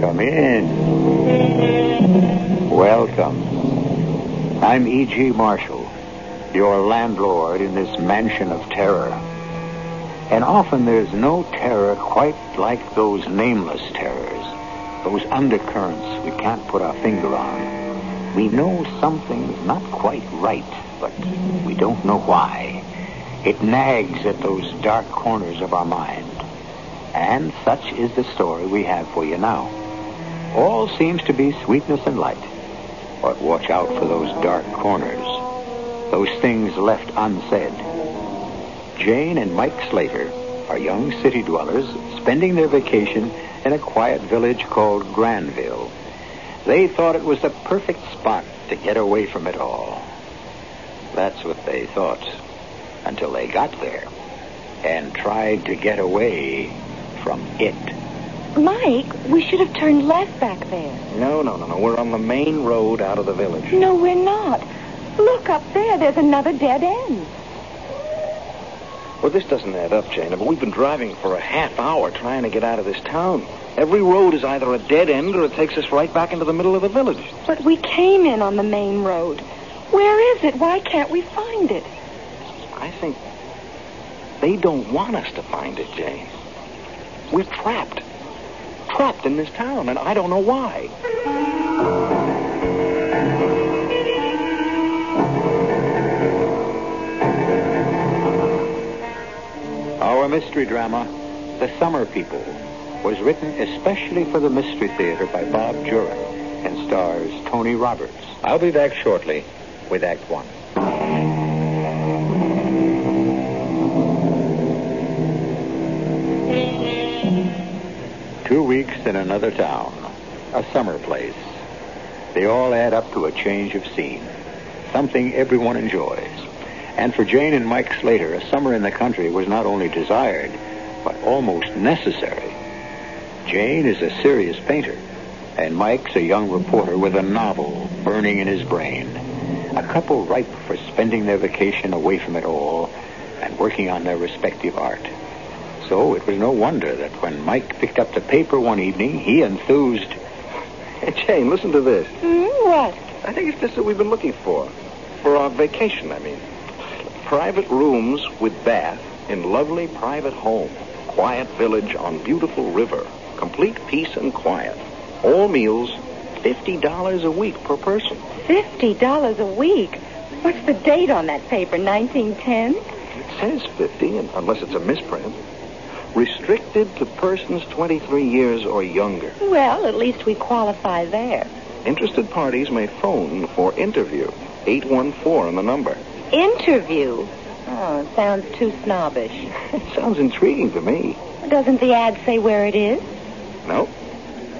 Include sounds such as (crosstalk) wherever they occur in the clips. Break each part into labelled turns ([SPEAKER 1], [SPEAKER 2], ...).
[SPEAKER 1] Come in. Welcome. I'm E.G. Marshall, your landlord in this mansion of terror. And often there's no terror quite like those nameless terrors, those undercurrents we can't put our finger on. We know something's not quite right, but we don't know why. It nags at those dark corners of our mind. And such is the story we have for you now. All seems to be sweetness and light, but watch out for those dark corners, those things left unsaid. Jane and Mike Slater are young city dwellers spending their vacation in a quiet village called Granville. They thought it was the perfect spot to get away from it all. That's what they thought until they got there and tried to get away from it.
[SPEAKER 2] Mike, we should have turned left back there.
[SPEAKER 1] No, no, no, no. We're on the main road out of the village.
[SPEAKER 2] No, we're not. Look up there. There's another dead end.
[SPEAKER 1] Well, this doesn't add up, Jana, but we've been driving for a half hour trying to get out of this town. Every road is either a dead end or it takes us right back into the middle of the village.
[SPEAKER 2] But we came in on the main road. Where is it? Why can't we find it?
[SPEAKER 1] I think they don't want us to find it, Jane. We're trapped. Trapped in this town, and I don't know why. Our mystery drama, The Summer People, was written especially for the Mystery Theater by Bob Jurek and stars Tony Roberts. I'll be back shortly with Act One. Two weeks in another town, a summer place. They all add up to a change of scene, something everyone enjoys. And for Jane and Mike Slater, a summer in the country was not only desired, but almost necessary. Jane is a serious painter, and Mike's a young reporter with a novel burning in his brain. A couple ripe for spending their vacation away from it all and working on their respective art. So it was no wonder that when Mike picked up the paper one evening, he enthused. Jane, listen to this.
[SPEAKER 2] Hmm, what?
[SPEAKER 1] I think it's just that we've been looking for. For our vacation, I mean. Private rooms with bath in lovely private home. Quiet village on beautiful river. Complete peace and quiet. All meals, $50 a week per person.
[SPEAKER 2] Fifty dollars a week. What's the date on that paper? 1910.
[SPEAKER 1] It says 50, and- unless it's a misprint. Restricted to persons 23 years or younger.
[SPEAKER 2] Well, at least we qualify there.
[SPEAKER 1] Interested parties may phone for interview. 814 on the number.
[SPEAKER 2] Interview. Oh, it sounds too snobbish.
[SPEAKER 1] It sounds intriguing to me.
[SPEAKER 2] Doesn't the ad say where it is?
[SPEAKER 1] No,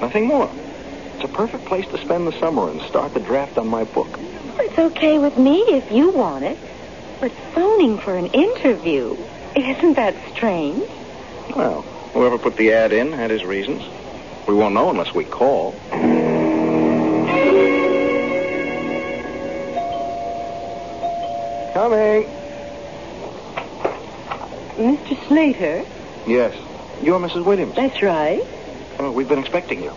[SPEAKER 1] nothing more. It's a perfect place to spend the summer and start the draft on my book.
[SPEAKER 2] It's okay with me if you want it. But phoning for an interview, isn't that strange?
[SPEAKER 1] Well, whoever put the ad in had his reasons. We won't know unless we call. Coming.
[SPEAKER 2] Mr. Slater?
[SPEAKER 1] Yes. You're Mrs. Williams.
[SPEAKER 2] That's right.
[SPEAKER 1] Oh, we've been expecting you.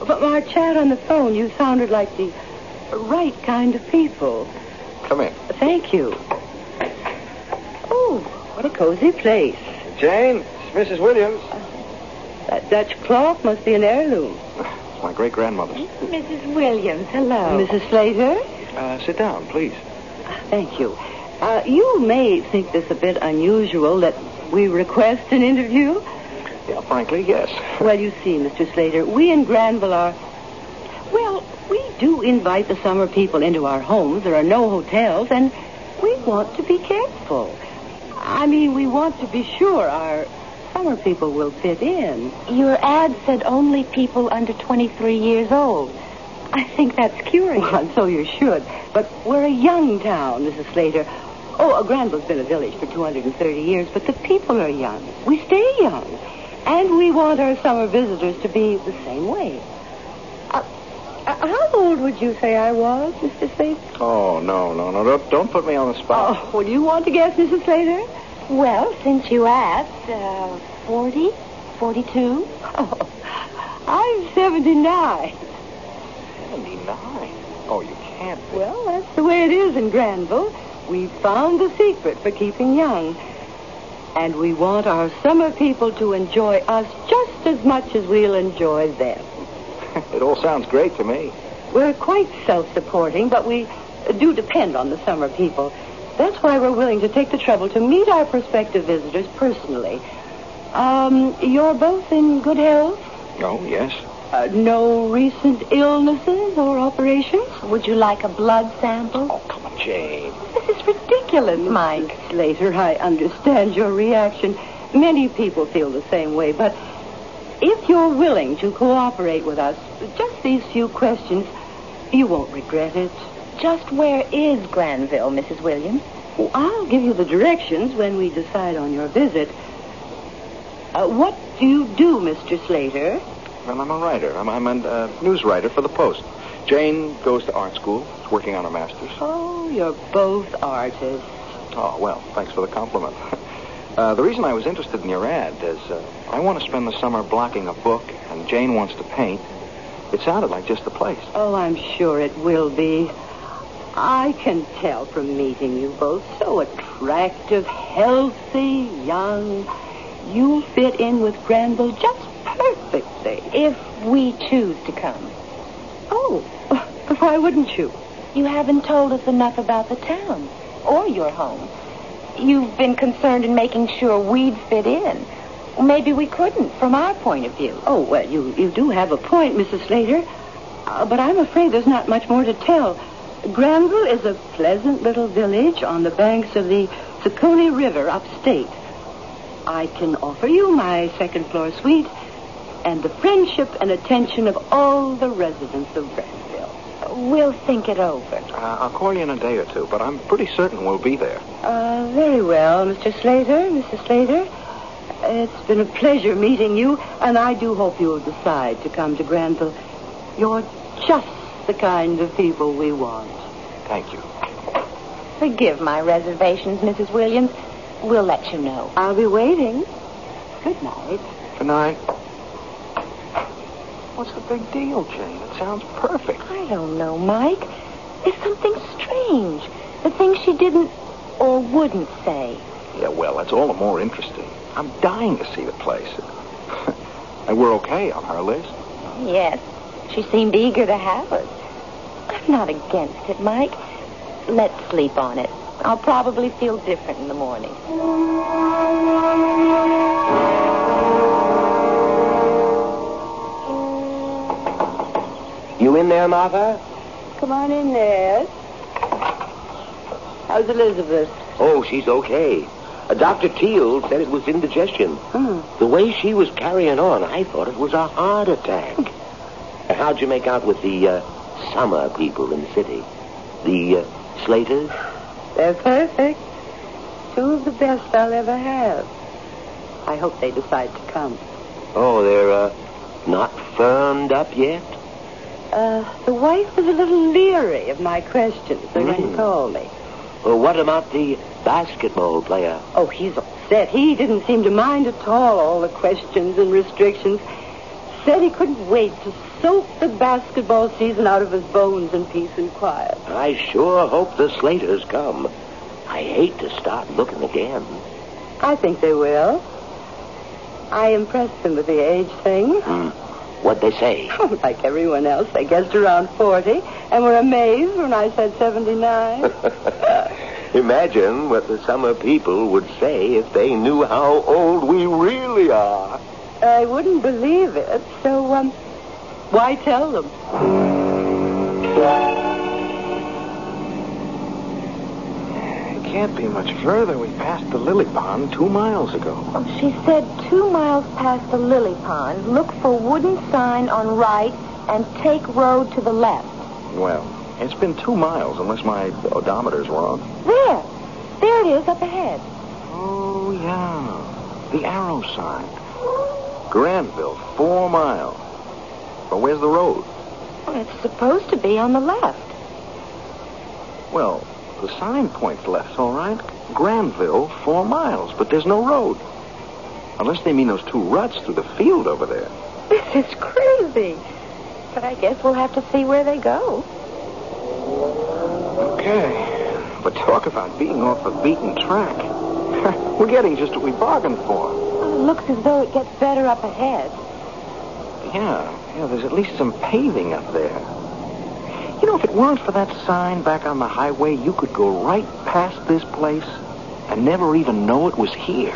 [SPEAKER 2] But our chat on the phone, you sounded like the right kind of people.
[SPEAKER 1] Come in.
[SPEAKER 2] Thank you. Oh, what a cozy place.
[SPEAKER 1] Jane, it's Mrs. Williams.
[SPEAKER 2] That Dutch clock must be an heirloom.
[SPEAKER 1] It's my great grandmother's.
[SPEAKER 2] Mrs. Williams, hello. Mrs. Slater?
[SPEAKER 1] Uh, sit down, please.
[SPEAKER 2] Thank you. Uh, you may think this a bit unusual that we request an interview.
[SPEAKER 1] Yeah, frankly, yes.
[SPEAKER 2] Well, you see, Mr. Slater, we in Granville are. Well, we do invite the summer people into our homes. There are no hotels, and we want to be careful. I mean, we want to be sure our summer people will fit in. Your ad said only people under 23 years old. I think that's curious. Well, and so you should. But we're a young town, Mrs. Slater. Oh, uh, Granville's been a village for 230 years, but the people are young. We stay young. And we want our summer visitors to be the same way. Uh, uh, how old would you say I was, Mr. Slater?
[SPEAKER 1] Oh, no, no, no. Don't, don't put me on the spot.
[SPEAKER 2] Oh, well, do you want to guess, Mrs. Slater?
[SPEAKER 3] Well, since you asked, uh, 40, 42?
[SPEAKER 2] Oh, I'm 79.
[SPEAKER 1] 79? Oh, you can't. be.
[SPEAKER 2] Well, that's the way it is in Granville. We found the secret for keeping young. And we want our summer people to enjoy us just as much as we'll enjoy them.
[SPEAKER 1] It all sounds great to me.
[SPEAKER 2] We're quite self-supporting, but we do depend on the summer people. That's why we're willing to take the trouble to meet our prospective visitors personally. Um, you're both in good health?
[SPEAKER 1] Oh, yes.
[SPEAKER 2] Uh, no recent illnesses or operations?
[SPEAKER 3] Would you like a blood sample?
[SPEAKER 1] Oh, come on, Jane.
[SPEAKER 2] This is ridiculous, Mike. Slater, I understand your reaction. Many people feel the same way, but if you're willing to cooperate with us, just these few questions, you won't regret it.
[SPEAKER 3] Just where is Granville, Mrs. Williams?
[SPEAKER 2] Oh, I'll give you the directions when we decide on your visit. Uh, what do you do, Mr. Slater?
[SPEAKER 1] Well, I'm a writer. I'm, I'm a uh, news writer for the Post. Jane goes to art school. Is working on her master's.
[SPEAKER 2] Oh, you're both artists.
[SPEAKER 1] Oh, well, thanks for the compliment. (laughs) Uh, the reason I was interested in your ad is uh, I want to spend the summer blocking a book, and Jane wants to paint. It sounded like just the place.
[SPEAKER 2] Oh, I'm sure it will be. I can tell from meeting you both. So attractive, healthy, young. You fit in with Granville just perfectly.
[SPEAKER 3] If we choose to come.
[SPEAKER 2] Oh, (laughs) why wouldn't you?
[SPEAKER 3] You haven't told us enough about the town or your home. You've been concerned in making sure we'd fit in. Maybe we couldn't from our point of view.
[SPEAKER 2] Oh, well, you, you do have a point, Mrs. Slater. Uh, but I'm afraid there's not much more to tell. Granville is a pleasant little village on the banks of the Siccone River upstate. I can offer you my second floor suite and the friendship and attention of all the residents of Granville.
[SPEAKER 3] We'll think it over.
[SPEAKER 1] Uh, I'll call you in a day or two, but I'm pretty certain we'll be there.
[SPEAKER 2] Uh, very well, Mr. Slater, Mrs. Slater. It's been a pleasure meeting you, and I do hope you'll decide to come to Granville. You're just the kind of people we want.
[SPEAKER 1] Thank you.
[SPEAKER 3] Forgive my reservations, Mrs. Williams. We'll let you know.
[SPEAKER 2] I'll be waiting. Good night.
[SPEAKER 1] Good night. What's the big deal, Jane? It sounds perfect.
[SPEAKER 3] I don't know, Mike. There's something strange. The things she didn't or wouldn't say.
[SPEAKER 1] Yeah, well, that's all the more interesting. I'm dying to see the place. (laughs) and we're okay on her list.
[SPEAKER 3] Yes, she seemed eager to have us. I'm not against it, Mike. Let's sleep on it. I'll probably feel different in the morning.
[SPEAKER 4] You in there, Martha?
[SPEAKER 2] Come on in there. How's Elizabeth?
[SPEAKER 4] Oh, she's okay. Uh, Dr. Teal said it was indigestion.
[SPEAKER 2] Hmm.
[SPEAKER 4] The way she was carrying on, I thought it was a heart attack. Uh, How'd you make out with the uh, summer people in the city? The uh, Slaters?
[SPEAKER 2] They're perfect. Two of the best I'll ever have. I hope they decide to come.
[SPEAKER 4] Oh, they're uh, not firmed up yet?
[SPEAKER 2] Uh, the wife was a little leery of my questions. They're going to call me.
[SPEAKER 4] Well, what about the basketball player?
[SPEAKER 2] Oh, he's upset. He didn't seem to mind at all all the questions and restrictions. Said he couldn't wait to soak the basketball season out of his bones in peace and quiet.
[SPEAKER 4] I sure hope the Slaters come. I hate to start looking again.
[SPEAKER 2] I think they will. I impressed them with the age thing. (laughs)
[SPEAKER 4] Hmm. What'd they say?
[SPEAKER 2] Oh, like everyone else, they guessed around 40 and were amazed when I said
[SPEAKER 3] (laughs)
[SPEAKER 2] 79.
[SPEAKER 4] (laughs) Imagine what the summer people would say if they knew how old we really are.
[SPEAKER 2] I wouldn't believe it, so, um, why tell them?
[SPEAKER 1] It can't be much further. We passed the lily pond two miles ago.
[SPEAKER 3] She said two miles past the lily pond, look for wooden sign on right and take road to the left.
[SPEAKER 1] Well, it's been two miles, unless my odometer's wrong.
[SPEAKER 3] There. There it is up ahead.
[SPEAKER 1] Oh, yeah. The arrow sign. Granville, four mile. But where's the road?
[SPEAKER 3] Well, it's supposed to be on the left. (laughs)
[SPEAKER 1] Well, the sign points left, all right. Granville, four miles, but there's no road. Unless they mean those two ruts through the field over there.
[SPEAKER 3] This is crazy. But I guess we'll have to see where they go.
[SPEAKER 1] Okay. But talk about being off the beaten track. (laughs) We're getting just what we bargained for.
[SPEAKER 3] Well, it looks as though it gets better up ahead.
[SPEAKER 1] Yeah, yeah, there's at least some paving up there. You know, if it weren't for that sign back on the highway, you could go right past this place and never even know it was here.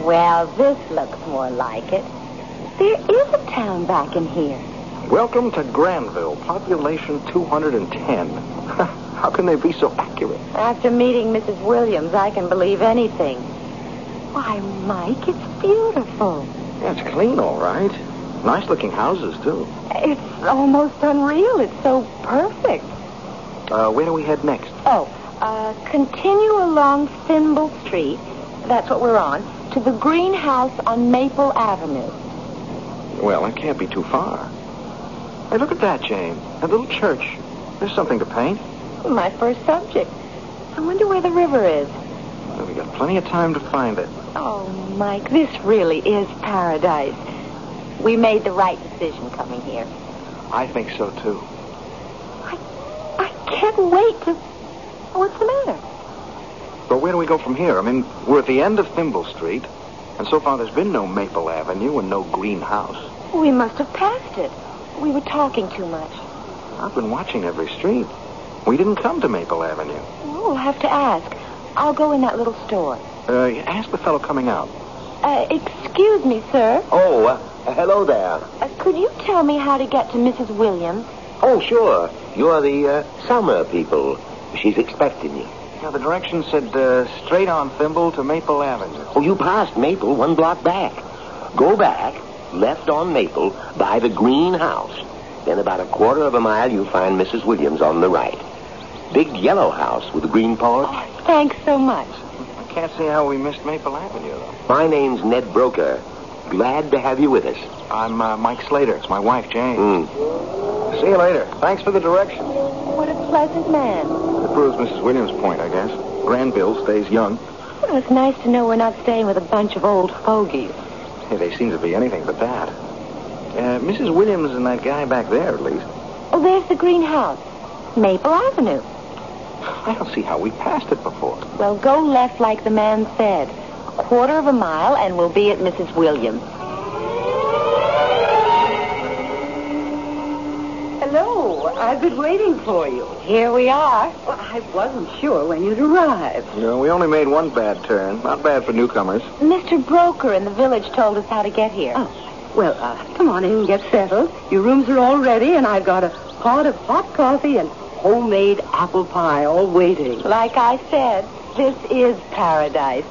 [SPEAKER 3] Well, this looks more like it. There is a town back in here.
[SPEAKER 1] Welcome to Granville, population 210. (laughs) How can they be so accurate?
[SPEAKER 3] After meeting Mrs. Williams, I can believe anything. Why, Mike, it's beautiful.
[SPEAKER 1] Yeah, it's clean, all right. Nice looking houses, too.
[SPEAKER 3] It's almost unreal. It's so perfect.
[SPEAKER 1] Uh, where do we head next?
[SPEAKER 3] Oh, uh, continue along Thimble Street. That's what we're on. To the greenhouse on Maple Avenue.
[SPEAKER 1] Well, it can't be too far. Hey, look at that, Jane. That little church. There's something to paint.
[SPEAKER 3] My first subject. I wonder where the river is.
[SPEAKER 1] Well, we got plenty of time to find it.
[SPEAKER 3] Oh, Mike, this really is paradise. We made the right decision coming here.
[SPEAKER 1] I think so, too.
[SPEAKER 3] I, I can't wait to. What's the matter?
[SPEAKER 1] But where do we go from here? I mean, we're at the end of Thimble Street, and so far there's been no Maple Avenue and no greenhouse.
[SPEAKER 3] We must have passed it. We were talking too much.
[SPEAKER 1] I've been watching every street. We didn't come to Maple Avenue.
[SPEAKER 3] We'll have to ask. I'll go in that little store.
[SPEAKER 1] Uh, ask the fellow coming out.
[SPEAKER 3] Uh, excuse me, sir.
[SPEAKER 4] Oh, uh, hello there.
[SPEAKER 3] Uh, could you tell me how to get to Mrs. Williams?
[SPEAKER 4] Oh, sure. You're the uh, summer people. She's expecting you.
[SPEAKER 1] Yeah, the direction said uh, straight on Thimble to Maple Avenue.
[SPEAKER 4] Oh, you passed Maple one block back. Go back, left on Maple, by the greenhouse. Then about a quarter of a mile, you'll find Mrs. Williams on the right. Big yellow house with a green porch.
[SPEAKER 3] Thanks so much.
[SPEAKER 1] I can't see how we missed Maple Avenue, though.
[SPEAKER 4] My name's Ned Broker. Glad to have you with us.
[SPEAKER 1] I'm uh, Mike Slater. It's my wife, Jane.
[SPEAKER 4] Mm.
[SPEAKER 1] See you later. Thanks for the directions.
[SPEAKER 3] What a pleasant man.
[SPEAKER 1] It proves Mrs. Williams' point, I guess. Granville stays young.
[SPEAKER 3] Well, it's nice to know we're not staying with a bunch of old fogies.
[SPEAKER 1] Yeah, they seem to be anything but that. Uh, Mrs. Williams and that guy back there, at least.
[SPEAKER 3] Oh, there's the greenhouse. Maple Avenue.
[SPEAKER 1] I don't see how we passed it before.
[SPEAKER 3] Well, go left like the man said. A quarter of a mile, and we'll be at Mrs. Williams.
[SPEAKER 2] Hello. I've been waiting for you.
[SPEAKER 3] Here we are.
[SPEAKER 2] Well, I wasn't sure when you'd arrive.
[SPEAKER 1] No, we only made one bad turn. Not bad for newcomers.
[SPEAKER 3] Mr. Broker in the village told us how to get here.
[SPEAKER 2] Oh, well, uh, come on in and get settled. Your rooms are all ready, and I've got a pot of hot coffee and homemade apple pie all waiting.
[SPEAKER 3] Like I said, this is paradise.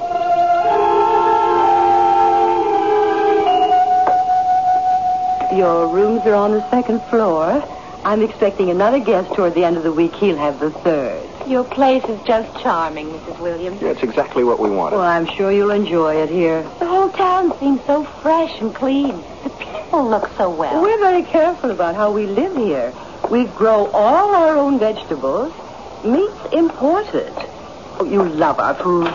[SPEAKER 2] Your rooms are on the second floor. I'm expecting another guest toward the end of the week. He'll have the third.
[SPEAKER 3] Your place is just charming, Mrs. Williams.
[SPEAKER 1] Yeah, it's exactly what we wanted.
[SPEAKER 2] Well, I'm sure you'll enjoy it here.
[SPEAKER 3] The whole town seems so fresh and clean. The people look so well.
[SPEAKER 2] We're very careful about how we live here. We grow all our own vegetables, meat's imported. Oh, you love our food.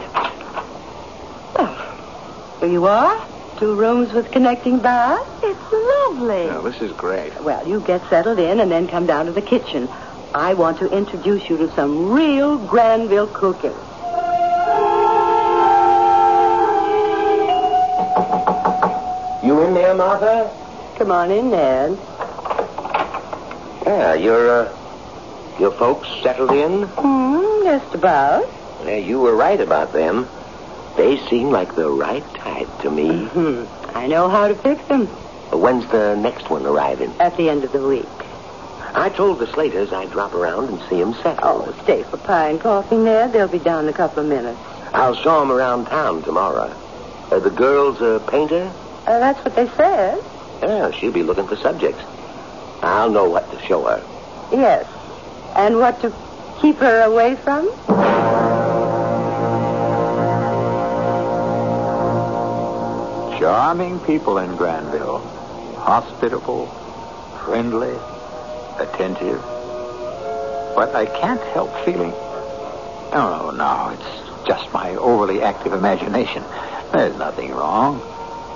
[SPEAKER 2] Well, here you are. Two rooms with connecting baths.
[SPEAKER 3] It's lovely.
[SPEAKER 1] Yeah, this is great.
[SPEAKER 2] Well, you get settled in and then come down to the kitchen. I want to introduce you to some real Granville cooking.
[SPEAKER 4] You in there, Martha?
[SPEAKER 2] Come on in, Ned.
[SPEAKER 4] Yeah, your, uh, your folks settled in?
[SPEAKER 2] Hmm, just about.
[SPEAKER 4] Yeah, you were right about them. They seem like the right type to me.
[SPEAKER 2] Hmm. I know how to fix them
[SPEAKER 4] When's the next one arriving?
[SPEAKER 2] at the end of the week.
[SPEAKER 4] I told the Slaters I'd drop around and see 'em settled.
[SPEAKER 2] Oh, stay for pie and coffee, Ned. They'll be down in a couple of minutes.
[SPEAKER 4] I'll show 'em around town tomorrow. Uh, the girl's a painter?
[SPEAKER 3] Uh, that's what they said.
[SPEAKER 4] Yeah, she'll be looking for subjects. I'll know what to show her.
[SPEAKER 3] Yes. And what to keep her away from?
[SPEAKER 1] Charming people in Granville. Hospitable, friendly, attentive. But I can't help feeling. Oh, no, it's just my overly active imagination. There's nothing wrong,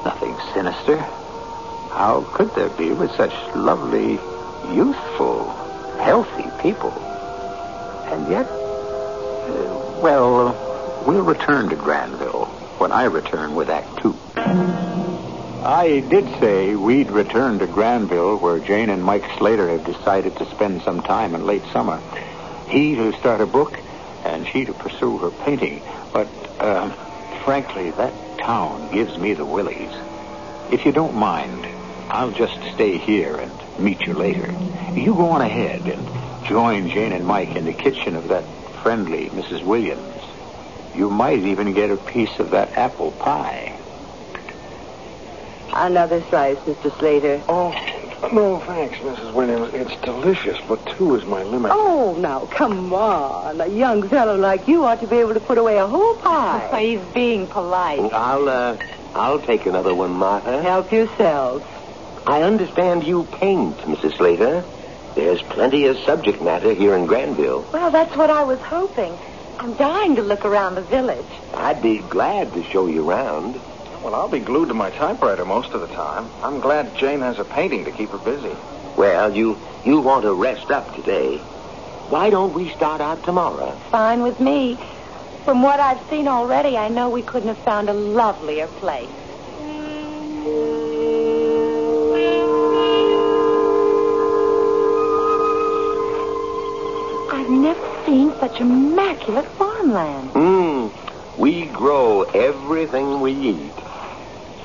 [SPEAKER 1] nothing sinister. How could there be with such lovely, youthful, healthy people? And yet, uh, well, we'll return to Granville when I return with Act Two. I did say we'd return to Granville, where Jane and Mike Slater have decided to spend some time in late summer. He to start a book, and she to pursue her painting. But, uh, frankly, that town gives me the willies. If you don't mind, I'll just stay here and meet you later. You go on ahead and join Jane and Mike in the kitchen of that friendly Mrs. Williams. You might even get a piece of that apple pie.
[SPEAKER 2] Another slice, Mr. Slater.
[SPEAKER 5] Oh, no, thanks, Mrs. Williams. It's delicious, but two is my limit.
[SPEAKER 2] Oh, now, come on. A young fellow like you ought to be able to put away a whole (laughs) pie.
[SPEAKER 3] He's being polite.
[SPEAKER 4] I'll, uh, I'll take another one, Martha.
[SPEAKER 2] Help yourselves.
[SPEAKER 4] I understand you paint, Mrs. Slater. There's plenty of subject matter here in Granville.
[SPEAKER 3] Well, that's what I was hoping. I'm dying to look around the village.
[SPEAKER 4] I'd be glad to show you around.
[SPEAKER 5] Well, I'll be glued to my typewriter most of the time. I'm glad Jane has a painting to keep her busy.
[SPEAKER 4] Well, you you want to rest up today. Why don't we start out tomorrow?
[SPEAKER 3] Fine with me. From what I've seen already, I know we couldn't have found a lovelier place. I've never seen such immaculate farmland.
[SPEAKER 4] Mmm. We grow everything we eat.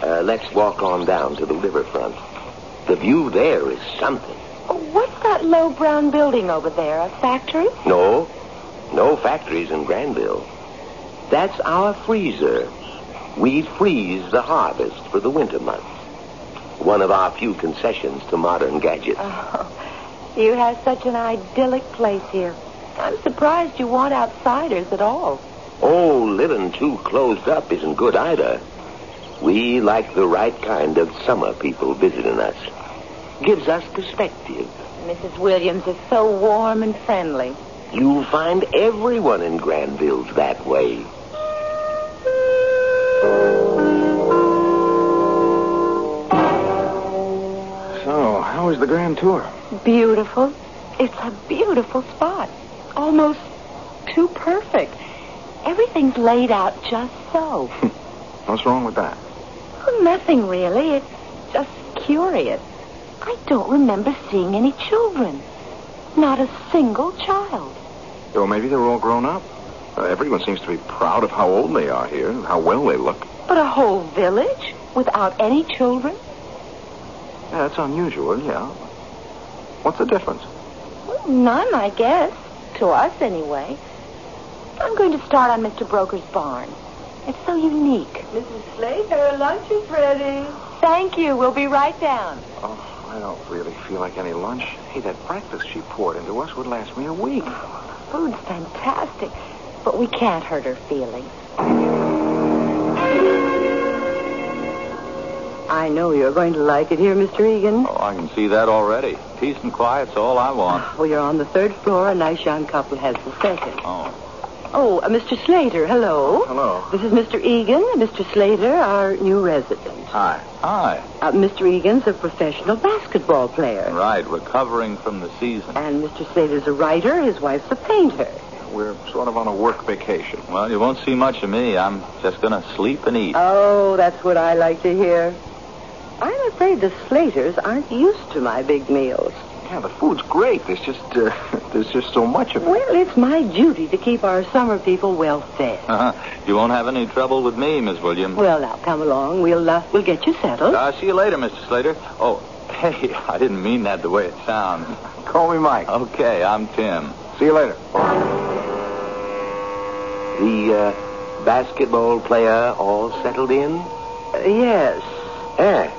[SPEAKER 4] Uh, let's walk on down to the riverfront. The view there is something.
[SPEAKER 3] Oh, What's that low brown building over there? A factory?
[SPEAKER 4] No, no factories in Granville. That's our freezer. We freeze the harvest for the winter months. One of our few concessions to modern gadgets.
[SPEAKER 3] Oh, you have such an idyllic place here. I'm surprised you want outsiders at all.
[SPEAKER 4] Oh, living too closed up isn't good either. We like the right kind of summer people visiting us. Gives us perspective.
[SPEAKER 3] Mrs. Williams is so warm and friendly.
[SPEAKER 4] You'll find everyone in Granville's that way.
[SPEAKER 5] So, how is the grand tour?
[SPEAKER 3] Beautiful. It's a beautiful spot. Almost too perfect. Everything's laid out just so.
[SPEAKER 5] What's wrong with that?
[SPEAKER 3] Well, nothing really. It's just curious. I don't remember seeing any children. Not a single child.
[SPEAKER 5] Well, maybe they're all grown up. Uh, everyone seems to be proud of how old they are here and how well they look.
[SPEAKER 3] But a whole village without any children?
[SPEAKER 5] Yeah, that's unusual, yeah. What's the difference?
[SPEAKER 3] Well, none, I guess. To us, anyway. I'm going to start on Mr. Broker's barn. It's so unique.
[SPEAKER 2] Mrs. Slater, lunch is ready.
[SPEAKER 3] Thank you. We'll be right down.
[SPEAKER 5] Oh, I don't really feel like any lunch. Hey, that breakfast she poured into us would last me a week.
[SPEAKER 6] Oh,
[SPEAKER 3] Food's fantastic, but we can't hurt her feelings.
[SPEAKER 2] I know you're going to like it here, Mr. Egan.
[SPEAKER 6] Oh, I can see that already. Peace and quiet's all I want.
[SPEAKER 2] Well, you're on the third floor. A nice young couple has the second.
[SPEAKER 6] Oh,
[SPEAKER 2] Oh, uh, Mr. Slater, hello.
[SPEAKER 5] Hello.
[SPEAKER 2] This is Mr. Egan, and Mr. Slater, our new resident.
[SPEAKER 5] Hi.
[SPEAKER 6] hi.
[SPEAKER 2] Uh, Mr. Egan's a professional basketball player.
[SPEAKER 6] Right, recovering from the season.
[SPEAKER 2] And Mr. Slater's a writer. His wife's a painter.
[SPEAKER 5] We're sort of on a work vacation.
[SPEAKER 6] Well, you won't see much of me. I'm just going to sleep and
[SPEAKER 5] Uh,
[SPEAKER 6] eat.
[SPEAKER 2] Oh, that's what I like to hear. I'm afraid the Slaters aren't used to my big meals.
[SPEAKER 5] Yeah, the food's great. There's just uh, (laughs) there's just so much of it.
[SPEAKER 2] Well, it's my duty to keep our summer people well fed.
[SPEAKER 6] Uh-huh. You won't have any trouble with me, Miss Williams.
[SPEAKER 2] Well, now come along. We'll uh, we'll get you settled.
[SPEAKER 6] Uh, see you later, Mr. Slater. Oh, (laughs) hey, I didn't mean that the way it sounds.
[SPEAKER 5] (laughs) Call me Mike.
[SPEAKER 6] Okay, I'm Tim.
[SPEAKER 5] See you later.
[SPEAKER 4] The uh, basketball player all settled in? Uh, yes. Yeah.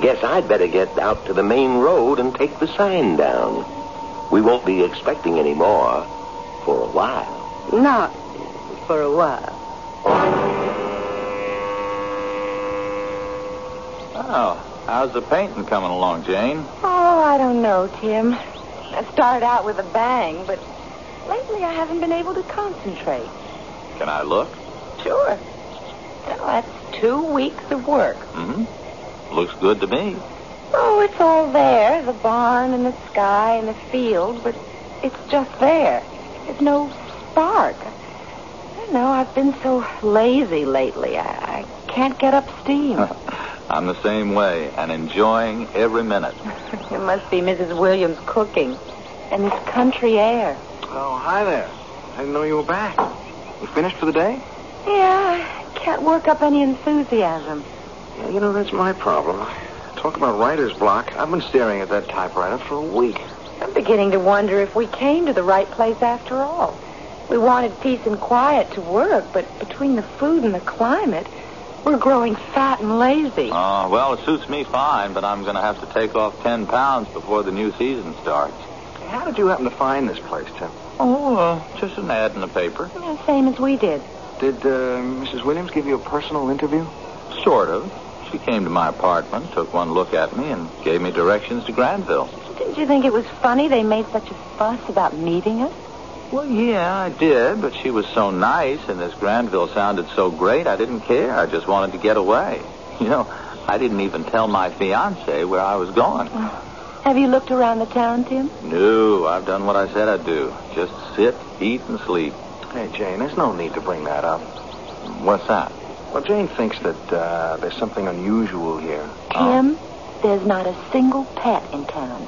[SPEAKER 4] Guess I'd better get out to the main road and take the sign down. We won't be expecting any more for a while.
[SPEAKER 2] Not for a while.
[SPEAKER 1] Oh, how's the painting coming along, Jane?
[SPEAKER 3] Oh, I don't know, Tim. I started out with a bang, but lately I haven't been able to concentrate.
[SPEAKER 1] Can I look?
[SPEAKER 3] Sure. Well, that's two weeks of work.
[SPEAKER 1] Mm-hmm. Looks good
[SPEAKER 6] (laughs)
[SPEAKER 1] to me.
[SPEAKER 3] Oh, it's all there the barn and the sky and the field, but it's just there. There's no spark. I don't know. I've been so lazy lately. I, I can't get up steam.
[SPEAKER 1] I'm the same way and enjoying every minute.
[SPEAKER 3] (laughs) it must be Mrs. Williams cooking and this country air.
[SPEAKER 7] Oh, hi there. I didn't know you were back. You finished for the day?
[SPEAKER 3] Yeah, I can't work up any enthusiasm.
[SPEAKER 7] Yeah, you know, that's my problem. Talk about writer's block. I've been staring at that typewriter for a week.
[SPEAKER 3] I'm beginning to wonder if we came to the right place after all. We wanted peace and quiet to work, but between the food and the climate, we're growing fat and lazy.
[SPEAKER 1] Uh, well, it suits me fine, but I'm going to have to take off 10 pounds before the new season starts.
[SPEAKER 7] How did you happen to find this place, Tim?
[SPEAKER 1] Oh, uh, just an ad in the paper.
[SPEAKER 3] Yeah, same as we did.
[SPEAKER 7] Did uh, Mrs. Williams give you a personal interview?
[SPEAKER 1] Sort of. She came to my apartment, took one look at me, and gave me directions to Granville.
[SPEAKER 3] Didn't you think it was funny they made such a fuss about meeting us?
[SPEAKER 1] Well, yeah, I did, but she was so nice, and this Granville sounded so great, I didn't care. I just wanted to get away. (laughs) You know, I didn't even tell my fiance where I was going.
[SPEAKER 3] Have you looked around the town, Tim?
[SPEAKER 1] No, I've done what I said I'd do. Just sit, eat, and sleep.
[SPEAKER 7] Hey, Jane, there's no need to bring that up.
[SPEAKER 1] What's that?
[SPEAKER 7] Well, Jane thinks that uh, there's something unusual here.
[SPEAKER 1] Oh. Uh,
[SPEAKER 3] Tim, there's not a single pet in town.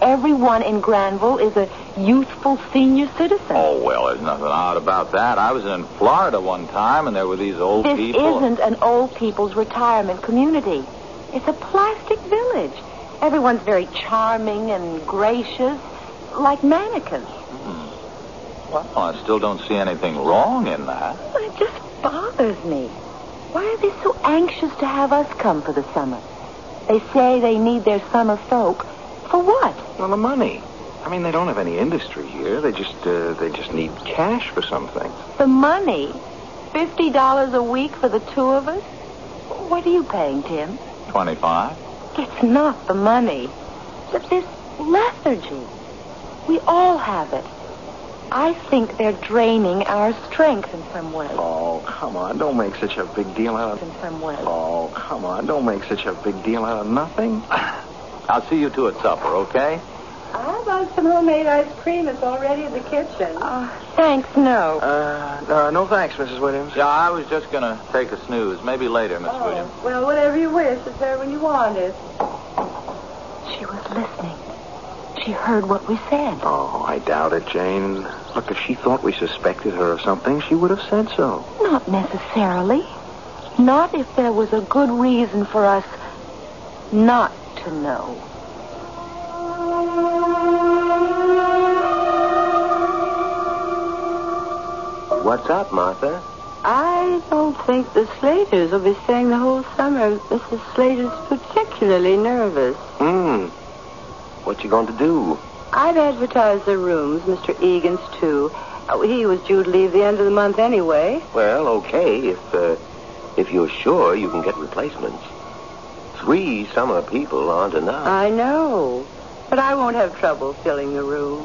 [SPEAKER 3] Everyone in Granville is a youthful senior citizen.
[SPEAKER 1] Oh, well, there's nothing odd about that. I was in Florida one time, and there were these old
[SPEAKER 3] This
[SPEAKER 1] people.
[SPEAKER 3] isn't an old people's retirement community. It's a plastic village. Everyone's very charming and gracious, like mannequins.
[SPEAKER 1] Well, I still don't see anything wrong in that.
[SPEAKER 3] Well, It just bothers me. Why are they so anxious to have us come for the summer? They say they need their summer folk. For what?
[SPEAKER 7] Well, the money. I mean, they don't have any industry here. They just uh, they just need cash for something.
[SPEAKER 3] The money. Fifty dollars a week for the two of us? What are you paying, Tim?
[SPEAKER 1] 25?
[SPEAKER 3] It's not the money. But this lethargy. We all have it. I think they're draining our strength in some way.
[SPEAKER 7] Oh, come on! Don't make such a big deal out
[SPEAKER 3] In some way.
[SPEAKER 7] Oh, come on! Don't make such a big deal out of nothing.
[SPEAKER 1] (sighs) I'll see you two at supper, okay?
[SPEAKER 2] How about some homemade ice cream? It's already in the kitchen.
[SPEAKER 3] Uh, Thanks, no.
[SPEAKER 7] Uh, no, no thanks, Mrs. Williams.
[SPEAKER 1] Yeah, I was just going to take a snooze. Maybe later, Miss Williams.
[SPEAKER 2] well, whatever you wish. It's there when you want it.
[SPEAKER 3] She was listening. She heard what we said.
[SPEAKER 7] Oh, I doubt it, Jane. Look, if she thought we suspected her of something, she would have said so.
[SPEAKER 3] Not necessarily. Not if there was a good reason for us not to know.
[SPEAKER 4] What's up, Martha?
[SPEAKER 2] I don't think the Slaters will be staying the whole summer. Mrs. Slater's particularly nervous.
[SPEAKER 4] Hmm. What you going to do?
[SPEAKER 2] I've advertised the rooms, Mr. Egan's too. Oh, he was due to leave the end of the month anyway.
[SPEAKER 4] Well, okay, if uh, if you're sure you can get replacements. Three summer people aren't enough.
[SPEAKER 2] I know. But I won't have trouble filling the room.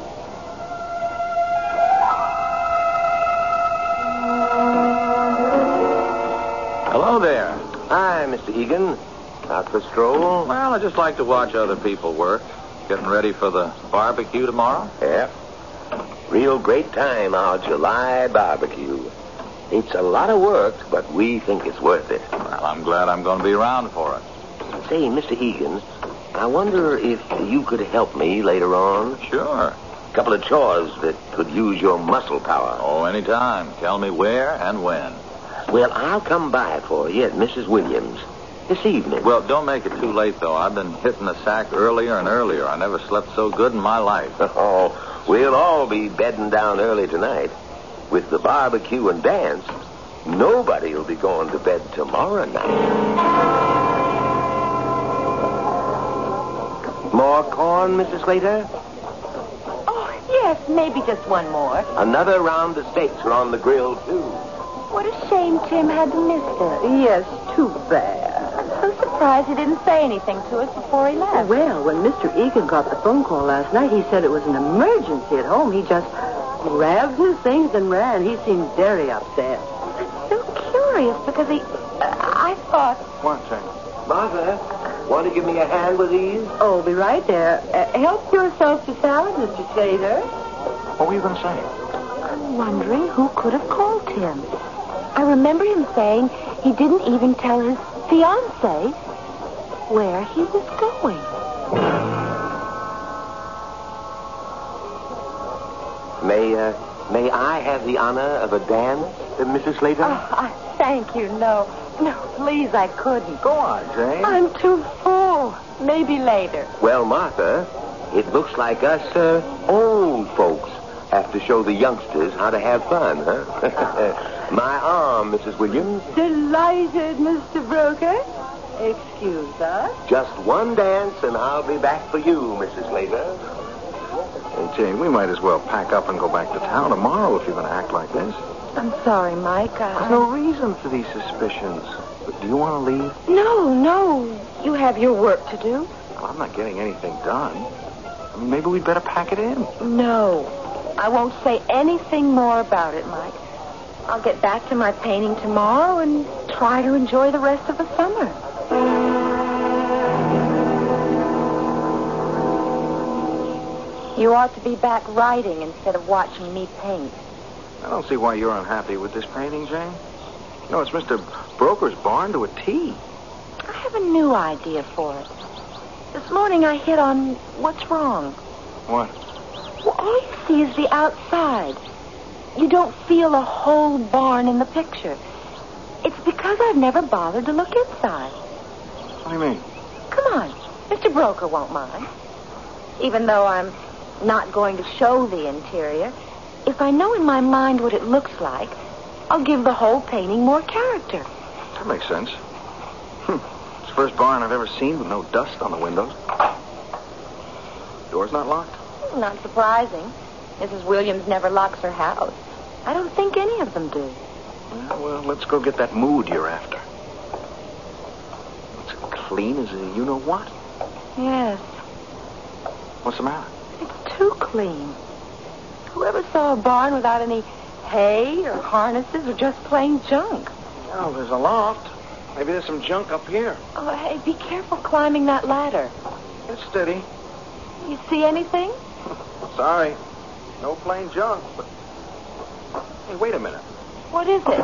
[SPEAKER 1] Hello there.
[SPEAKER 4] Uh, Hi, Mr. Egan. Out for a stroll?
[SPEAKER 1] Well, I just like to watch other people work. Getting ready for the barbecue tomorrow?
[SPEAKER 4] Yeah. Real great time, our July barbecue. It's a lot of work, but we think it's worth it.
[SPEAKER 1] Well, I'm glad I'm going to be around for it.
[SPEAKER 4] Say, Mr. Egan, I wonder if you could help me later on.
[SPEAKER 1] Sure.
[SPEAKER 4] A couple of chores that could use your muscle power.
[SPEAKER 1] Oh, anytime. Tell me where and when.
[SPEAKER 4] Well, I'll come by for you at Mrs. Williams this evening.
[SPEAKER 1] Well, don't make it too late, though. I've been hitting the sack earlier and earlier. I never slept so good in my life.
[SPEAKER 4] Oh, we'll all be bedding down early tonight. With the barbecue and dance, Nobody will be going to bed tomorrow night. More corn, Mrs. Slater?
[SPEAKER 3] Oh, yes, maybe just one more.
[SPEAKER 4] Another round of steaks are on the grill, too.
[SPEAKER 3] What a shame Tim had to miss her. Yes, too bad. I'm so surprised he didn't say anything to us before he left.
[SPEAKER 2] Well, when Mr. Egan got the phone call last night, he said it was an emergency at home. He just grabbed his things and ran. He seemed very upset.
[SPEAKER 3] Oh, so curious because he. I thought.
[SPEAKER 1] What thing?
[SPEAKER 4] Martha, want to give me a hand with these?
[SPEAKER 2] Oh, be right there. Uh, help yourself to salad, Mr. Slater.
[SPEAKER 1] What were you going to say?
[SPEAKER 3] I'm wondering who could have called Tim. I remember him saying he didn't even tell his fiancée where he was going.
[SPEAKER 4] May, uh, may I have the honor of a dance, uh, Mrs. Slater?
[SPEAKER 3] Oh, I thank you. No, no, please, I couldn't.
[SPEAKER 1] Go on, Jane.
[SPEAKER 3] I'm too full. Maybe later.
[SPEAKER 4] Well, Martha, it looks like us uh, old folks have to show the youngsters how to have fun, huh? (laughs) My arm, Mrs. Williams.
[SPEAKER 2] Delighted, Mr. Broker. Excuse us.
[SPEAKER 4] Just one dance, and I'll be back for you, Mrs. Slater.
[SPEAKER 1] Hey, Jane, we might as well pack up and go back to town tomorrow if you're going to act like this.
[SPEAKER 3] I'm sorry, Mike. I...
[SPEAKER 1] There's no reason for these suspicions. But do you want to leave?
[SPEAKER 3] No, no. You have your work to do.
[SPEAKER 1] I'm not getting anything done. I mean, maybe we'd better pack it in.
[SPEAKER 3] No. I won't say anything more about it, Mike. I'll get back to my painting tomorrow and try to enjoy the rest of the summer. You ought to be back writing instead of watching me paint.
[SPEAKER 1] I don't see why you're unhappy with this painting, Jane. You know, it's Mr. Broker's barn to a T.
[SPEAKER 3] I have a new idea for it. This morning I hit on what's wrong.
[SPEAKER 1] What?
[SPEAKER 3] Well, all you see is the outside. You don't feel a whole barn in the picture. It's because I've never bothered to look inside.
[SPEAKER 1] What do you mean?
[SPEAKER 3] Come on. Mr. Broker won't mind. Even though I'm not going to show the interior, if I know in my mind what it looks like, I'll give the whole painting more character.
[SPEAKER 1] That makes sense. Hmm. It's the first barn I've ever seen with no dust on the windows. Door's not locked?
[SPEAKER 3] Not surprising. Mrs. Williams never locks her house. I don't think any of them do.
[SPEAKER 1] Well, well, let's go get that mood you're after. It's clean as a you know what.
[SPEAKER 3] Yes,
[SPEAKER 1] What's the matter?
[SPEAKER 3] it's too clean. Whoever saw a barn without any hay or harnesses or just plain junk?
[SPEAKER 1] Oh, there's a loft. Maybe there's some junk up here.
[SPEAKER 3] Oh, hey, be careful climbing that ladder.
[SPEAKER 1] It's steady.
[SPEAKER 3] You see anything?
[SPEAKER 1] Sorry. No plain junk, but. Hey, wait a minute.
[SPEAKER 3] What is it?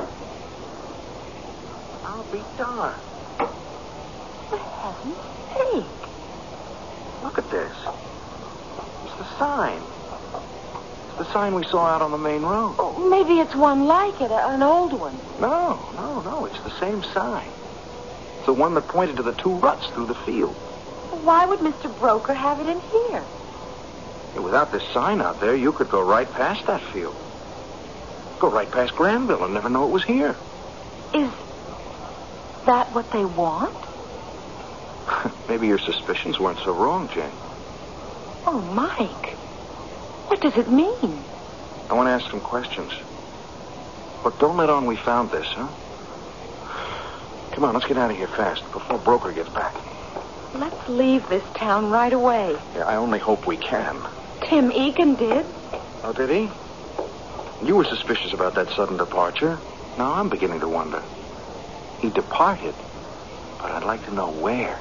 [SPEAKER 1] I'll be darned.
[SPEAKER 3] For heaven's sake.
[SPEAKER 1] Look at this. It's the sign. It's the sign we saw out on the main road.
[SPEAKER 3] Oh, maybe it's one like it, a- an old one.
[SPEAKER 1] No, no, no. It's the same sign. It's the one that pointed to the two ruts through the field.
[SPEAKER 3] Why would Mr. Broker have it in here?
[SPEAKER 1] Hey, without this sign out there, you could go right past that field. Go right past Granville and never know it was here. (laughs)
[SPEAKER 3] Is that what they want?
[SPEAKER 1] Maybe your suspicions weren't so wrong, Jane.
[SPEAKER 3] Oh, Mike. What does it mean?
[SPEAKER 1] I want to ask some questions. But don't let on we found this, huh? Come on, let's get out of here fast before Broker gets back.
[SPEAKER 3] Let's leave this town right away.
[SPEAKER 1] Yeah, I only hope we can.
[SPEAKER 3] Tim Egan did.
[SPEAKER 1] Oh, did he? You were suspicious about that sudden departure. Now I'm beginning to wonder. He departed, but I'd like to know where.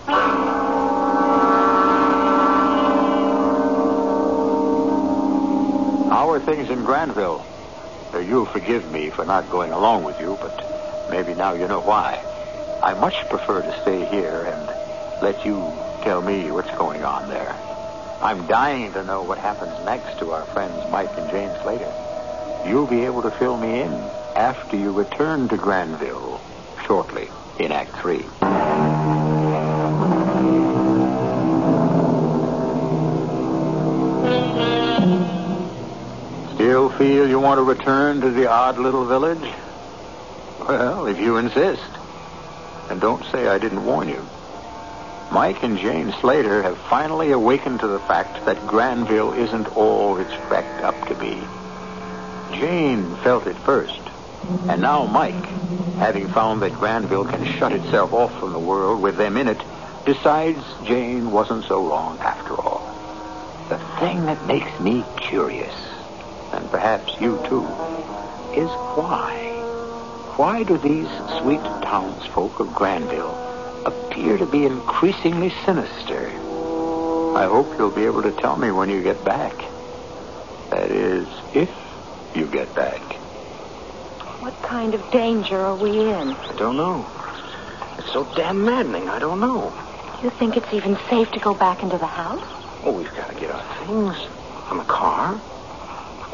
[SPEAKER 8] How are things in Granville? Uh, You'll forgive me for not going along with you, but maybe now you know why. I much prefer to stay here and let you tell me what's going on there. I'm dying to know what happens next to our friends Mike and Jane Slater. You'll be able to fill me in after you return to Granville shortly in Act Three. Still feel you want to return to the odd little village?
[SPEAKER 1] Well, if you insist. And don't say I didn't warn you. Mike and Jane Slater have finally awakened to the fact that Granville isn't all it's cracked up to be. Jane felt it first. And now Mike, having found that Granville can shut itself off from the world with them in it, decides Jane wasn't so wrong after all. The thing that makes me curious, and perhaps you too, is why? Why do these sweet townsfolk of Granville appear to be increasingly sinister? I hope you'll be able to tell me when you get back. That is, if you get back.
[SPEAKER 3] What kind of danger are we in?
[SPEAKER 1] I don't know. It's so damn maddening. I don't know.
[SPEAKER 3] You think it's even safe to go back into the house?
[SPEAKER 1] Oh, we've got to get our things on the car.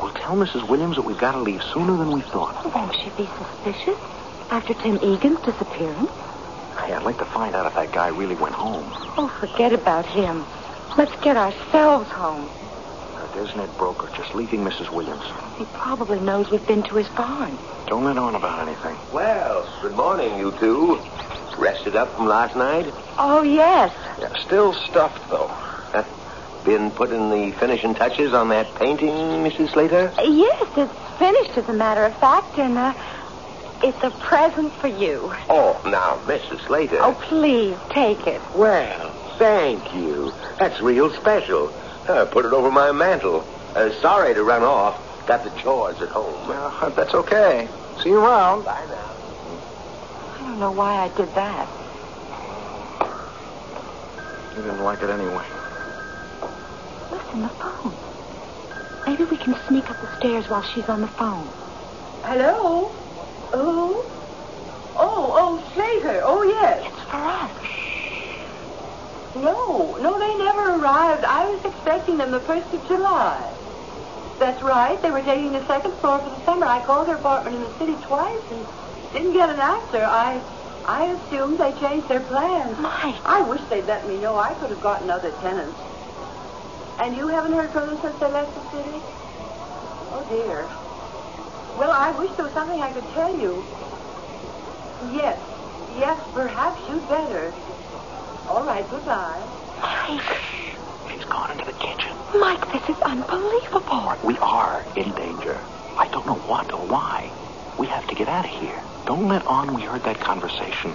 [SPEAKER 1] We'll tell Mrs. Williams that we've got to leave sooner than we thought.
[SPEAKER 3] Won't she be suspicious after Tim Egan's disappearance?
[SPEAKER 1] Hey, I'd like to find out if that guy really went home.
[SPEAKER 3] Oh, forget about him. Let's get ourselves home.
[SPEAKER 1] Now, there's Ned Uh, Broker just leaving Mrs. Williams.
[SPEAKER 3] He probably knows we've been to his barn.
[SPEAKER 1] Don't let on about anything.
[SPEAKER 4] Well, good morning, you two. Rested up from last night? (laughs)
[SPEAKER 3] Oh, yes.
[SPEAKER 4] Yeah, still stuffed, though. Huh. Been putting the finishing touches on that painting, Mrs. Slater?
[SPEAKER 3] Yes, it's finished, as a matter of fact, and uh, it's a present for you.
[SPEAKER 4] Oh, now, Mrs. Slater.
[SPEAKER 3] Oh, please take it.
[SPEAKER 4] well, thank you. That's real special.
[SPEAKER 9] Uh,
[SPEAKER 4] I put it over my mantle. Uh, sorry to run off. Got the chores at home.
[SPEAKER 1] Uh, that's okay. See you around.
[SPEAKER 4] Bye now.
[SPEAKER 3] I don't know why I did that.
[SPEAKER 1] You didn't like it anyway.
[SPEAKER 3] Listen, the phone. Maybe we can sneak up the stairs while she's on the phone.
[SPEAKER 2] Hello? Oh? Oh, oh, Slater. Oh, yes.
[SPEAKER 3] It's for us.
[SPEAKER 2] No, no, they never arrived. I was expecting them the 1st of July. That's right. They were taking the second floor for the summer. I called their apartment in the city twice and didn't get an answer. I I assumed they changed their plans.
[SPEAKER 3] Mike.
[SPEAKER 2] I wish they'd let me know. I could have gotten other tenants. And you haven't heard from them since they left the city? Oh, dear. Well, I wish there was something I could tell you. Yes. Yes, perhaps you'd better. All right, goodbye.
[SPEAKER 3] Mike.
[SPEAKER 1] She's gone into the kitchen.
[SPEAKER 3] Mike, this is unbelievable.
[SPEAKER 1] We are in danger. I don't know what or why. We have to get out of here. Don't let on we heard that conversation.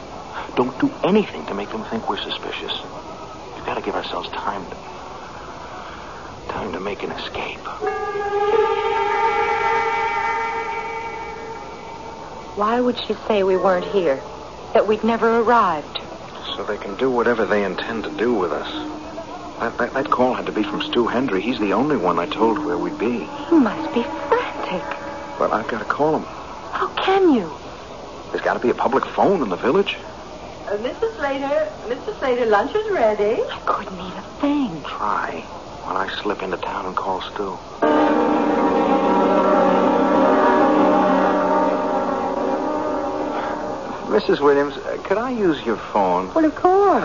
[SPEAKER 1] Don't do anything to make them think we're suspicious. We've got to give ourselves time to, time to make an escape.
[SPEAKER 3] Why would she say we weren't here? That we'd never arrived?
[SPEAKER 1] So they can do whatever they intend to do with us. That, that, that call had to be from Stu Hendry. He's the only one I told where we'd be.
[SPEAKER 3] You must be frantic.
[SPEAKER 1] Well, I've got to call him.
[SPEAKER 3] How can you?
[SPEAKER 1] There's got to be a public phone in the village.
[SPEAKER 2] Uh, Mr. Slater, Mr. Slater, lunch is ready.
[SPEAKER 3] I couldn't eat a thing.
[SPEAKER 1] Try when I slip into town and call Stu. Mrs. Williams, uh, could I use your phone?
[SPEAKER 2] Well, of course.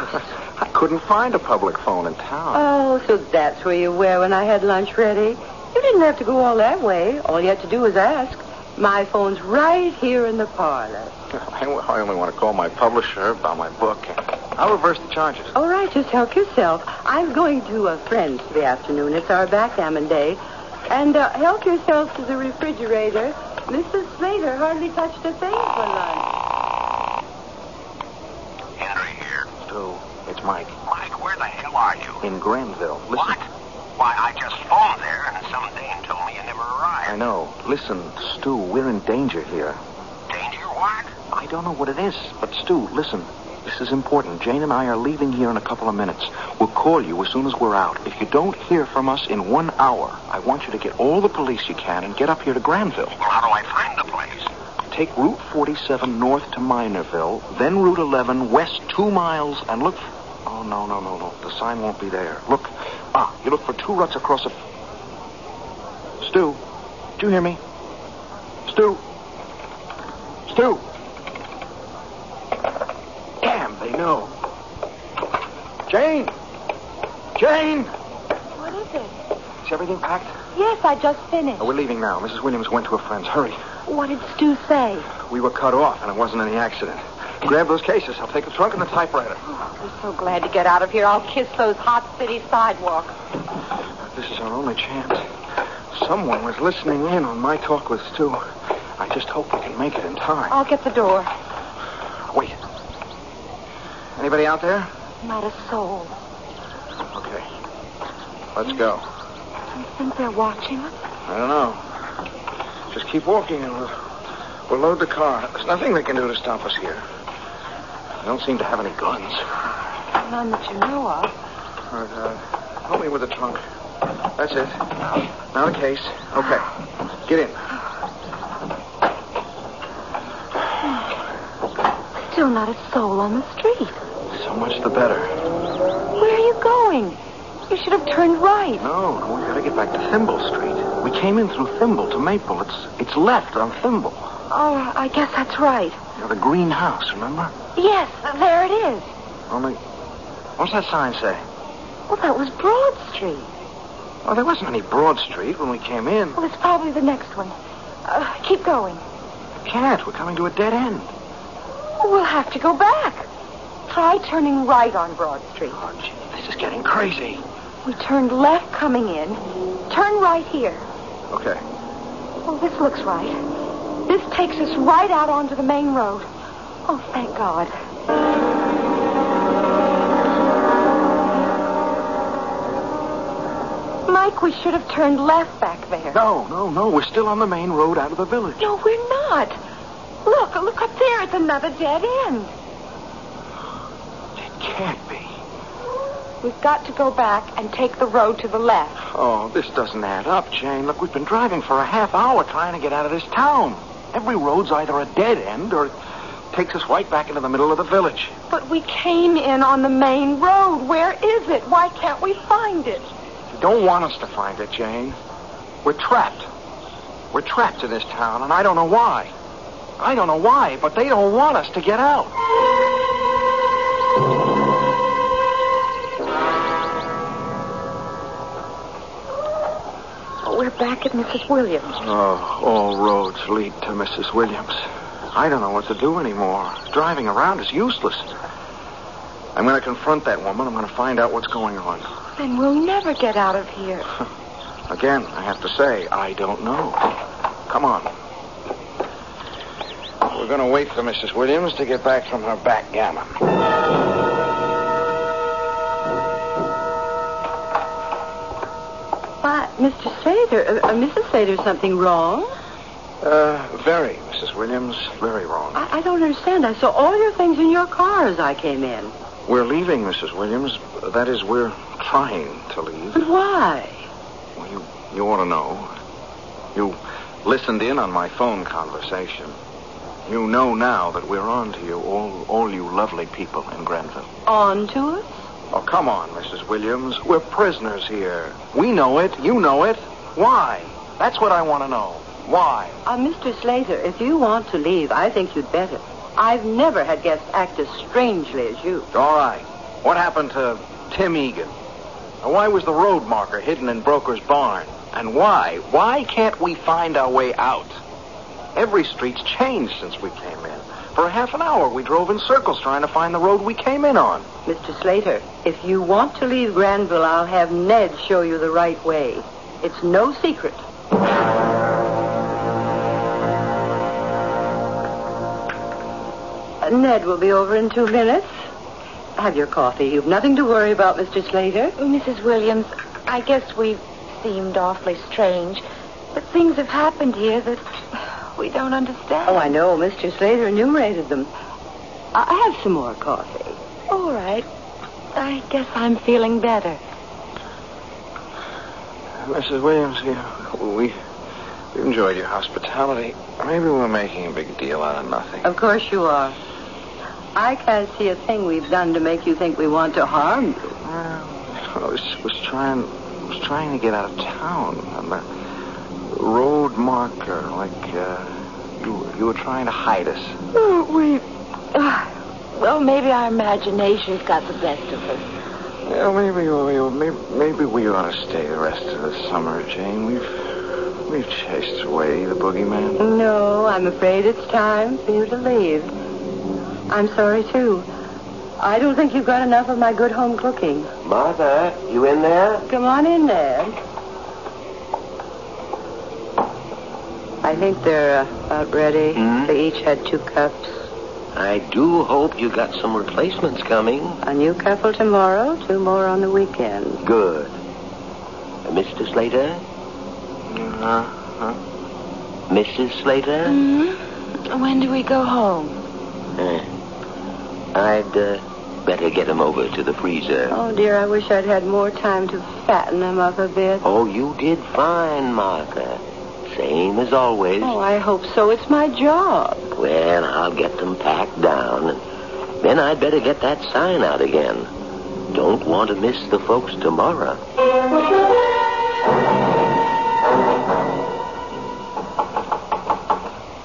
[SPEAKER 1] I couldn't find a public phone in town.
[SPEAKER 2] Oh, so that's where you were when I had lunch ready. You didn't have to go all that way. All you had to do was ask. My phone's right here in the parlor.
[SPEAKER 1] I, (laughs) I only want to call my publisher about my book. I'll reverse the charges.
[SPEAKER 2] All right, just help yourself. I'm going to a friend's for the afternoon. It's our backgammon day. And uh, help yourself to the refrigerator. Mrs. Slater hardly touched a thing for lunch.
[SPEAKER 10] Henry here.
[SPEAKER 1] Stu, it's Mike.
[SPEAKER 10] Mike, where the hell are you?
[SPEAKER 1] In Granville. Listen.
[SPEAKER 10] What? Why, I just phoned there, and some dame told me you never
[SPEAKER 1] I
[SPEAKER 10] arrived.
[SPEAKER 1] know. Listen, Stu, we're in danger here.
[SPEAKER 10] Danger? What?
[SPEAKER 1] I don't know what it is, but Stu, listen. This is important. Jane and I are leaving here in a couple of minutes. We'll call you as soon as we're out. If you don't hear from us in one hour, I want you to get all the police you can and get up here to Granville.
[SPEAKER 10] Well, how do I find the place?
[SPEAKER 1] Take Route 47 north to Minorville, then Route 11 west two miles, and look. f- oh, no, no, no, no. The sign won't be there. Look. Ah, you look for two ruts across a. Stu, do you hear me? Stu. Stu. Damn, they know. Jane! Jane!
[SPEAKER 3] What is it?
[SPEAKER 1] Is everything packed?
[SPEAKER 3] Yes, I just finished.
[SPEAKER 1] Oh, we're leaving now. Mrs. Williams went to her friend's. Hurry.
[SPEAKER 3] What did Stu say?
[SPEAKER 1] We were cut off, and it wasn't any accident. Grab those cases. I'll take the trunk and the typewriter.
[SPEAKER 3] I'm so glad to get out of here. I'll kiss those hot city sidewalks.
[SPEAKER 1] This is our only chance. Someone was listening in on my talk with Stu. I just hope we can make it in time.
[SPEAKER 3] I'll get the door.
[SPEAKER 1] Wait. Anybody out there?
[SPEAKER 3] Not a soul.
[SPEAKER 1] Okay. Let's go.
[SPEAKER 3] You think they're watching us?
[SPEAKER 1] I don't know. Just keep walking and we'll, we'll load the car. There's nothing they can do to stop us here. They don't seem to have any guns.
[SPEAKER 3] None that you know of.
[SPEAKER 1] All right, uh, help me with the trunk. That's it. Now the case. Okay. Get in.
[SPEAKER 3] Still not a soul on the street.
[SPEAKER 1] So much the better.
[SPEAKER 3] Where are you going? You should have turned right.
[SPEAKER 1] No, no, we gotta get back to Thimble Street. We came in through Thimble to Maple. It's it's left on Thimble.
[SPEAKER 3] Oh, I guess that's right.
[SPEAKER 1] You know, the green house, remember?
[SPEAKER 3] Yes, there it is.
[SPEAKER 1] Only what's that sign say?
[SPEAKER 3] Well, that was Broad Street.
[SPEAKER 1] Oh, there wasn't any Broad Street when we came in.
[SPEAKER 3] Well, it's probably the next one. Uh, keep going.
[SPEAKER 1] We can't. We're coming to a dead end.
[SPEAKER 3] We'll have to go back. Try turning right on Broad Street.
[SPEAKER 1] Oh, gee, this is getting crazy.
[SPEAKER 3] We turned left coming in. Turn right here.
[SPEAKER 1] Okay.
[SPEAKER 3] Oh, this looks right. This takes us right out onto the main road. Oh, thank God. Mike, we should have turned left back there.
[SPEAKER 1] No, no, no. We're still on the main road out of the village.
[SPEAKER 3] No, we're not. Look, look up there. It's another dead end.
[SPEAKER 1] It can't be.
[SPEAKER 3] We've got to go back and take the road to the left.
[SPEAKER 1] Oh, this doesn't add up, Jane. Look, we've been driving for a half hour trying to get out of this town. Every road's either a dead end or it takes us right back into the middle of the village.
[SPEAKER 3] But we came in on the main road. Where is it? Why can't we find it?
[SPEAKER 1] You don't want us to find it, Jane. We're trapped. We're trapped in this town, and I don't know why. I don't know why, but they don't want us to get out.
[SPEAKER 3] We're back at Mrs. Williams.
[SPEAKER 1] Oh, all roads lead to Mrs. Williams. I don't know what to do anymore. Driving around is useless. I'm going to confront that woman. I'm going to find out what's going on.
[SPEAKER 3] Then we'll never get out of here.
[SPEAKER 1] Again, I have to say, I don't know. Come on. We're going to wait for Mrs. Williams to get back from her backgammon.
[SPEAKER 2] But, Mr. Slater, uh, uh, Mrs. Slater, something wrong?
[SPEAKER 1] Uh, very, Mrs. Williams, very wrong.
[SPEAKER 2] I, I don't understand. I saw all your things in your car as I came in.
[SPEAKER 1] We're leaving, Mrs. Williams. That is, we're trying to leave.
[SPEAKER 2] But why?
[SPEAKER 1] Well, you, you ought to know. You listened in on my phone conversation. You know now that we're on to you, all, all you lovely people in Granville.
[SPEAKER 2] On to us?
[SPEAKER 1] Oh, come on, Mrs. Williams. We're prisoners here. We know it. You know it. Why? That's what I want to know. Why?
[SPEAKER 2] Uh, Mr. Slater, if you want to leave, I think you'd better. I've never had guests act as strangely as you.
[SPEAKER 1] All right. What happened to Tim Egan? Now, Why was the road marker hidden in Broker's barn? And why? Why can't we find our way out? Every street's changed since we came in. For a half an hour, we drove in circles trying to find the road we came in on.
[SPEAKER 2] Mr. Slater, if you want to leave Granville, I'll have Ned show you the right way. It's no secret. Uh, Ned will be over in two minutes. Have your coffee. You've nothing to worry about, Mr. Slater.
[SPEAKER 3] Mrs. Williams, I guess we seemed awfully strange, but things have happened here that we don't understand.
[SPEAKER 2] Oh, I know. Mr. Slater enumerated them. I I have some more coffee.
[SPEAKER 3] All right. I guess I'm feeling better.
[SPEAKER 1] Mrs. Williams, you, we, we enjoyed your hospitality. Maybe we're making a big deal out of nothing.
[SPEAKER 2] Of course you are. I can't see a thing we've done to make you think we want to harm you.
[SPEAKER 1] I was, was trying was trying to get out of town on the road marker, like uh, you, you were trying to hide us.
[SPEAKER 3] Oh, we. well, maybe our imagination's got the best of us.
[SPEAKER 1] Yeah, maybe we maybe, maybe we ought to stay the rest of the summer, Jane. We've
[SPEAKER 11] We've chased away the boogeyman.
[SPEAKER 2] No, I'm afraid it's time for you to leave. I'm sorry, too. I don't think you've got enough of my good home cooking.
[SPEAKER 9] Martha, you in there?
[SPEAKER 2] Come on in there. I think they're uh, about ready. They each had two cups.
[SPEAKER 9] I do hope you got some replacements coming.
[SPEAKER 2] A new couple tomorrow, two more on the weekend.
[SPEAKER 9] Good. Uh, Mr. Slater?
[SPEAKER 11] Uh-huh.
[SPEAKER 9] Mrs. Slater?
[SPEAKER 2] Mm-hmm.
[SPEAKER 3] When do we go home?
[SPEAKER 9] Eh. I'd uh, better get him over to the freezer.
[SPEAKER 2] Oh, dear, I wish I'd had more time to fatten them up a bit.
[SPEAKER 9] Oh, you did fine, Martha. Same as always.
[SPEAKER 2] Oh, I hope so. It's my job.
[SPEAKER 9] Well, I'll get them packed down. and Then I'd better get that sign out again. Don't want to miss the folks tomorrow.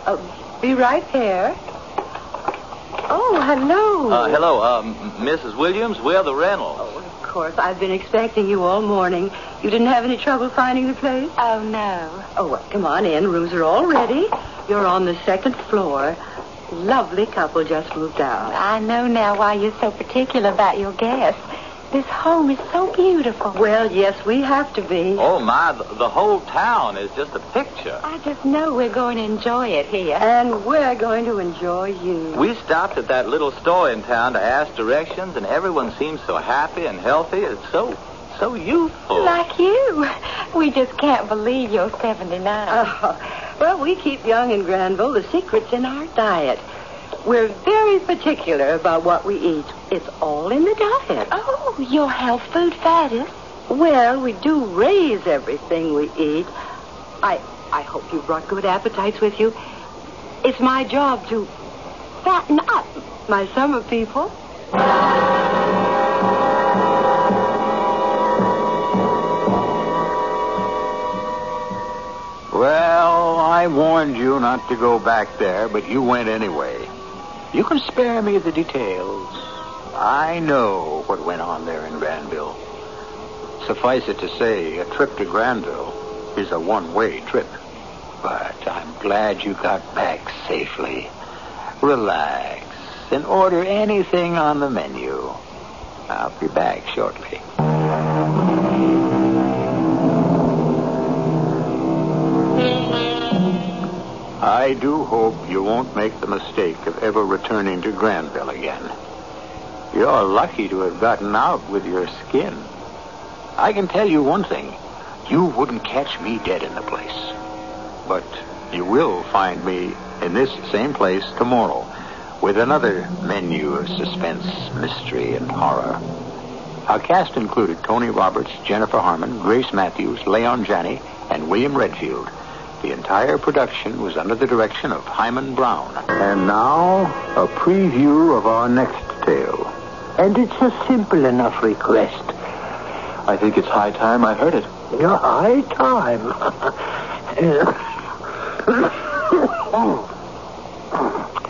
[SPEAKER 2] Uh, Be right there. Oh, hello. Oh,
[SPEAKER 12] Uh, hello, um, Mrs. Williams. We're the Reynolds.
[SPEAKER 2] Of course, I've been expecting you all morning. You didn't have any trouble finding the place?
[SPEAKER 3] Oh, no.
[SPEAKER 2] Oh, well, come on in. Rooms are all ready. You're on the second floor. Lovely couple just moved out.
[SPEAKER 3] I know now why you're so particular about your guests. This home is so beautiful.
[SPEAKER 2] Well, yes, we have to be.
[SPEAKER 12] Oh my, the, the whole town is just a picture.
[SPEAKER 3] I just know we're going to enjoy it here.
[SPEAKER 2] And we're going to enjoy you.
[SPEAKER 12] We stopped at that little store in town to ask directions, and everyone seems so happy and healthy. It's so, so youthful.
[SPEAKER 3] Like you. We just can't believe you're 79.
[SPEAKER 2] Oh, (laughs) well, we keep young in Granville. The secret's in our diet. We're very particular about what we eat. It's all in the diet.
[SPEAKER 3] oh, you're health food fattest.
[SPEAKER 2] Well, we do raise everything we eat. I I hope you brought good appetites with you. It's my job to fatten up my summer people.
[SPEAKER 1] Well, I warned you not to go back there, but you went anyway. You can spare me the details. I know what went on there in Granville. Suffice it to say, a trip to Granville is a one-way trip. But I'm glad you got back safely. Relax and order anything on the menu. I'll be back shortly. I do hope you won't make the mistake of ever returning to Granville again. You're lucky to have gotten out with your skin. I can tell you one thing. You wouldn't catch me dead in the place. But you will find me in this same place tomorrow with another menu of suspense, mystery, and horror. Our cast included Tony Roberts, Jennifer Harmon, Grace Matthews, Leon Janney, and William Redfield. The entire production was under the direction of Hyman Brown. And now, a preview of our next tale.
[SPEAKER 4] And it's a simple enough request.
[SPEAKER 12] I think it's high time I heard it.
[SPEAKER 4] Your high time. (laughs)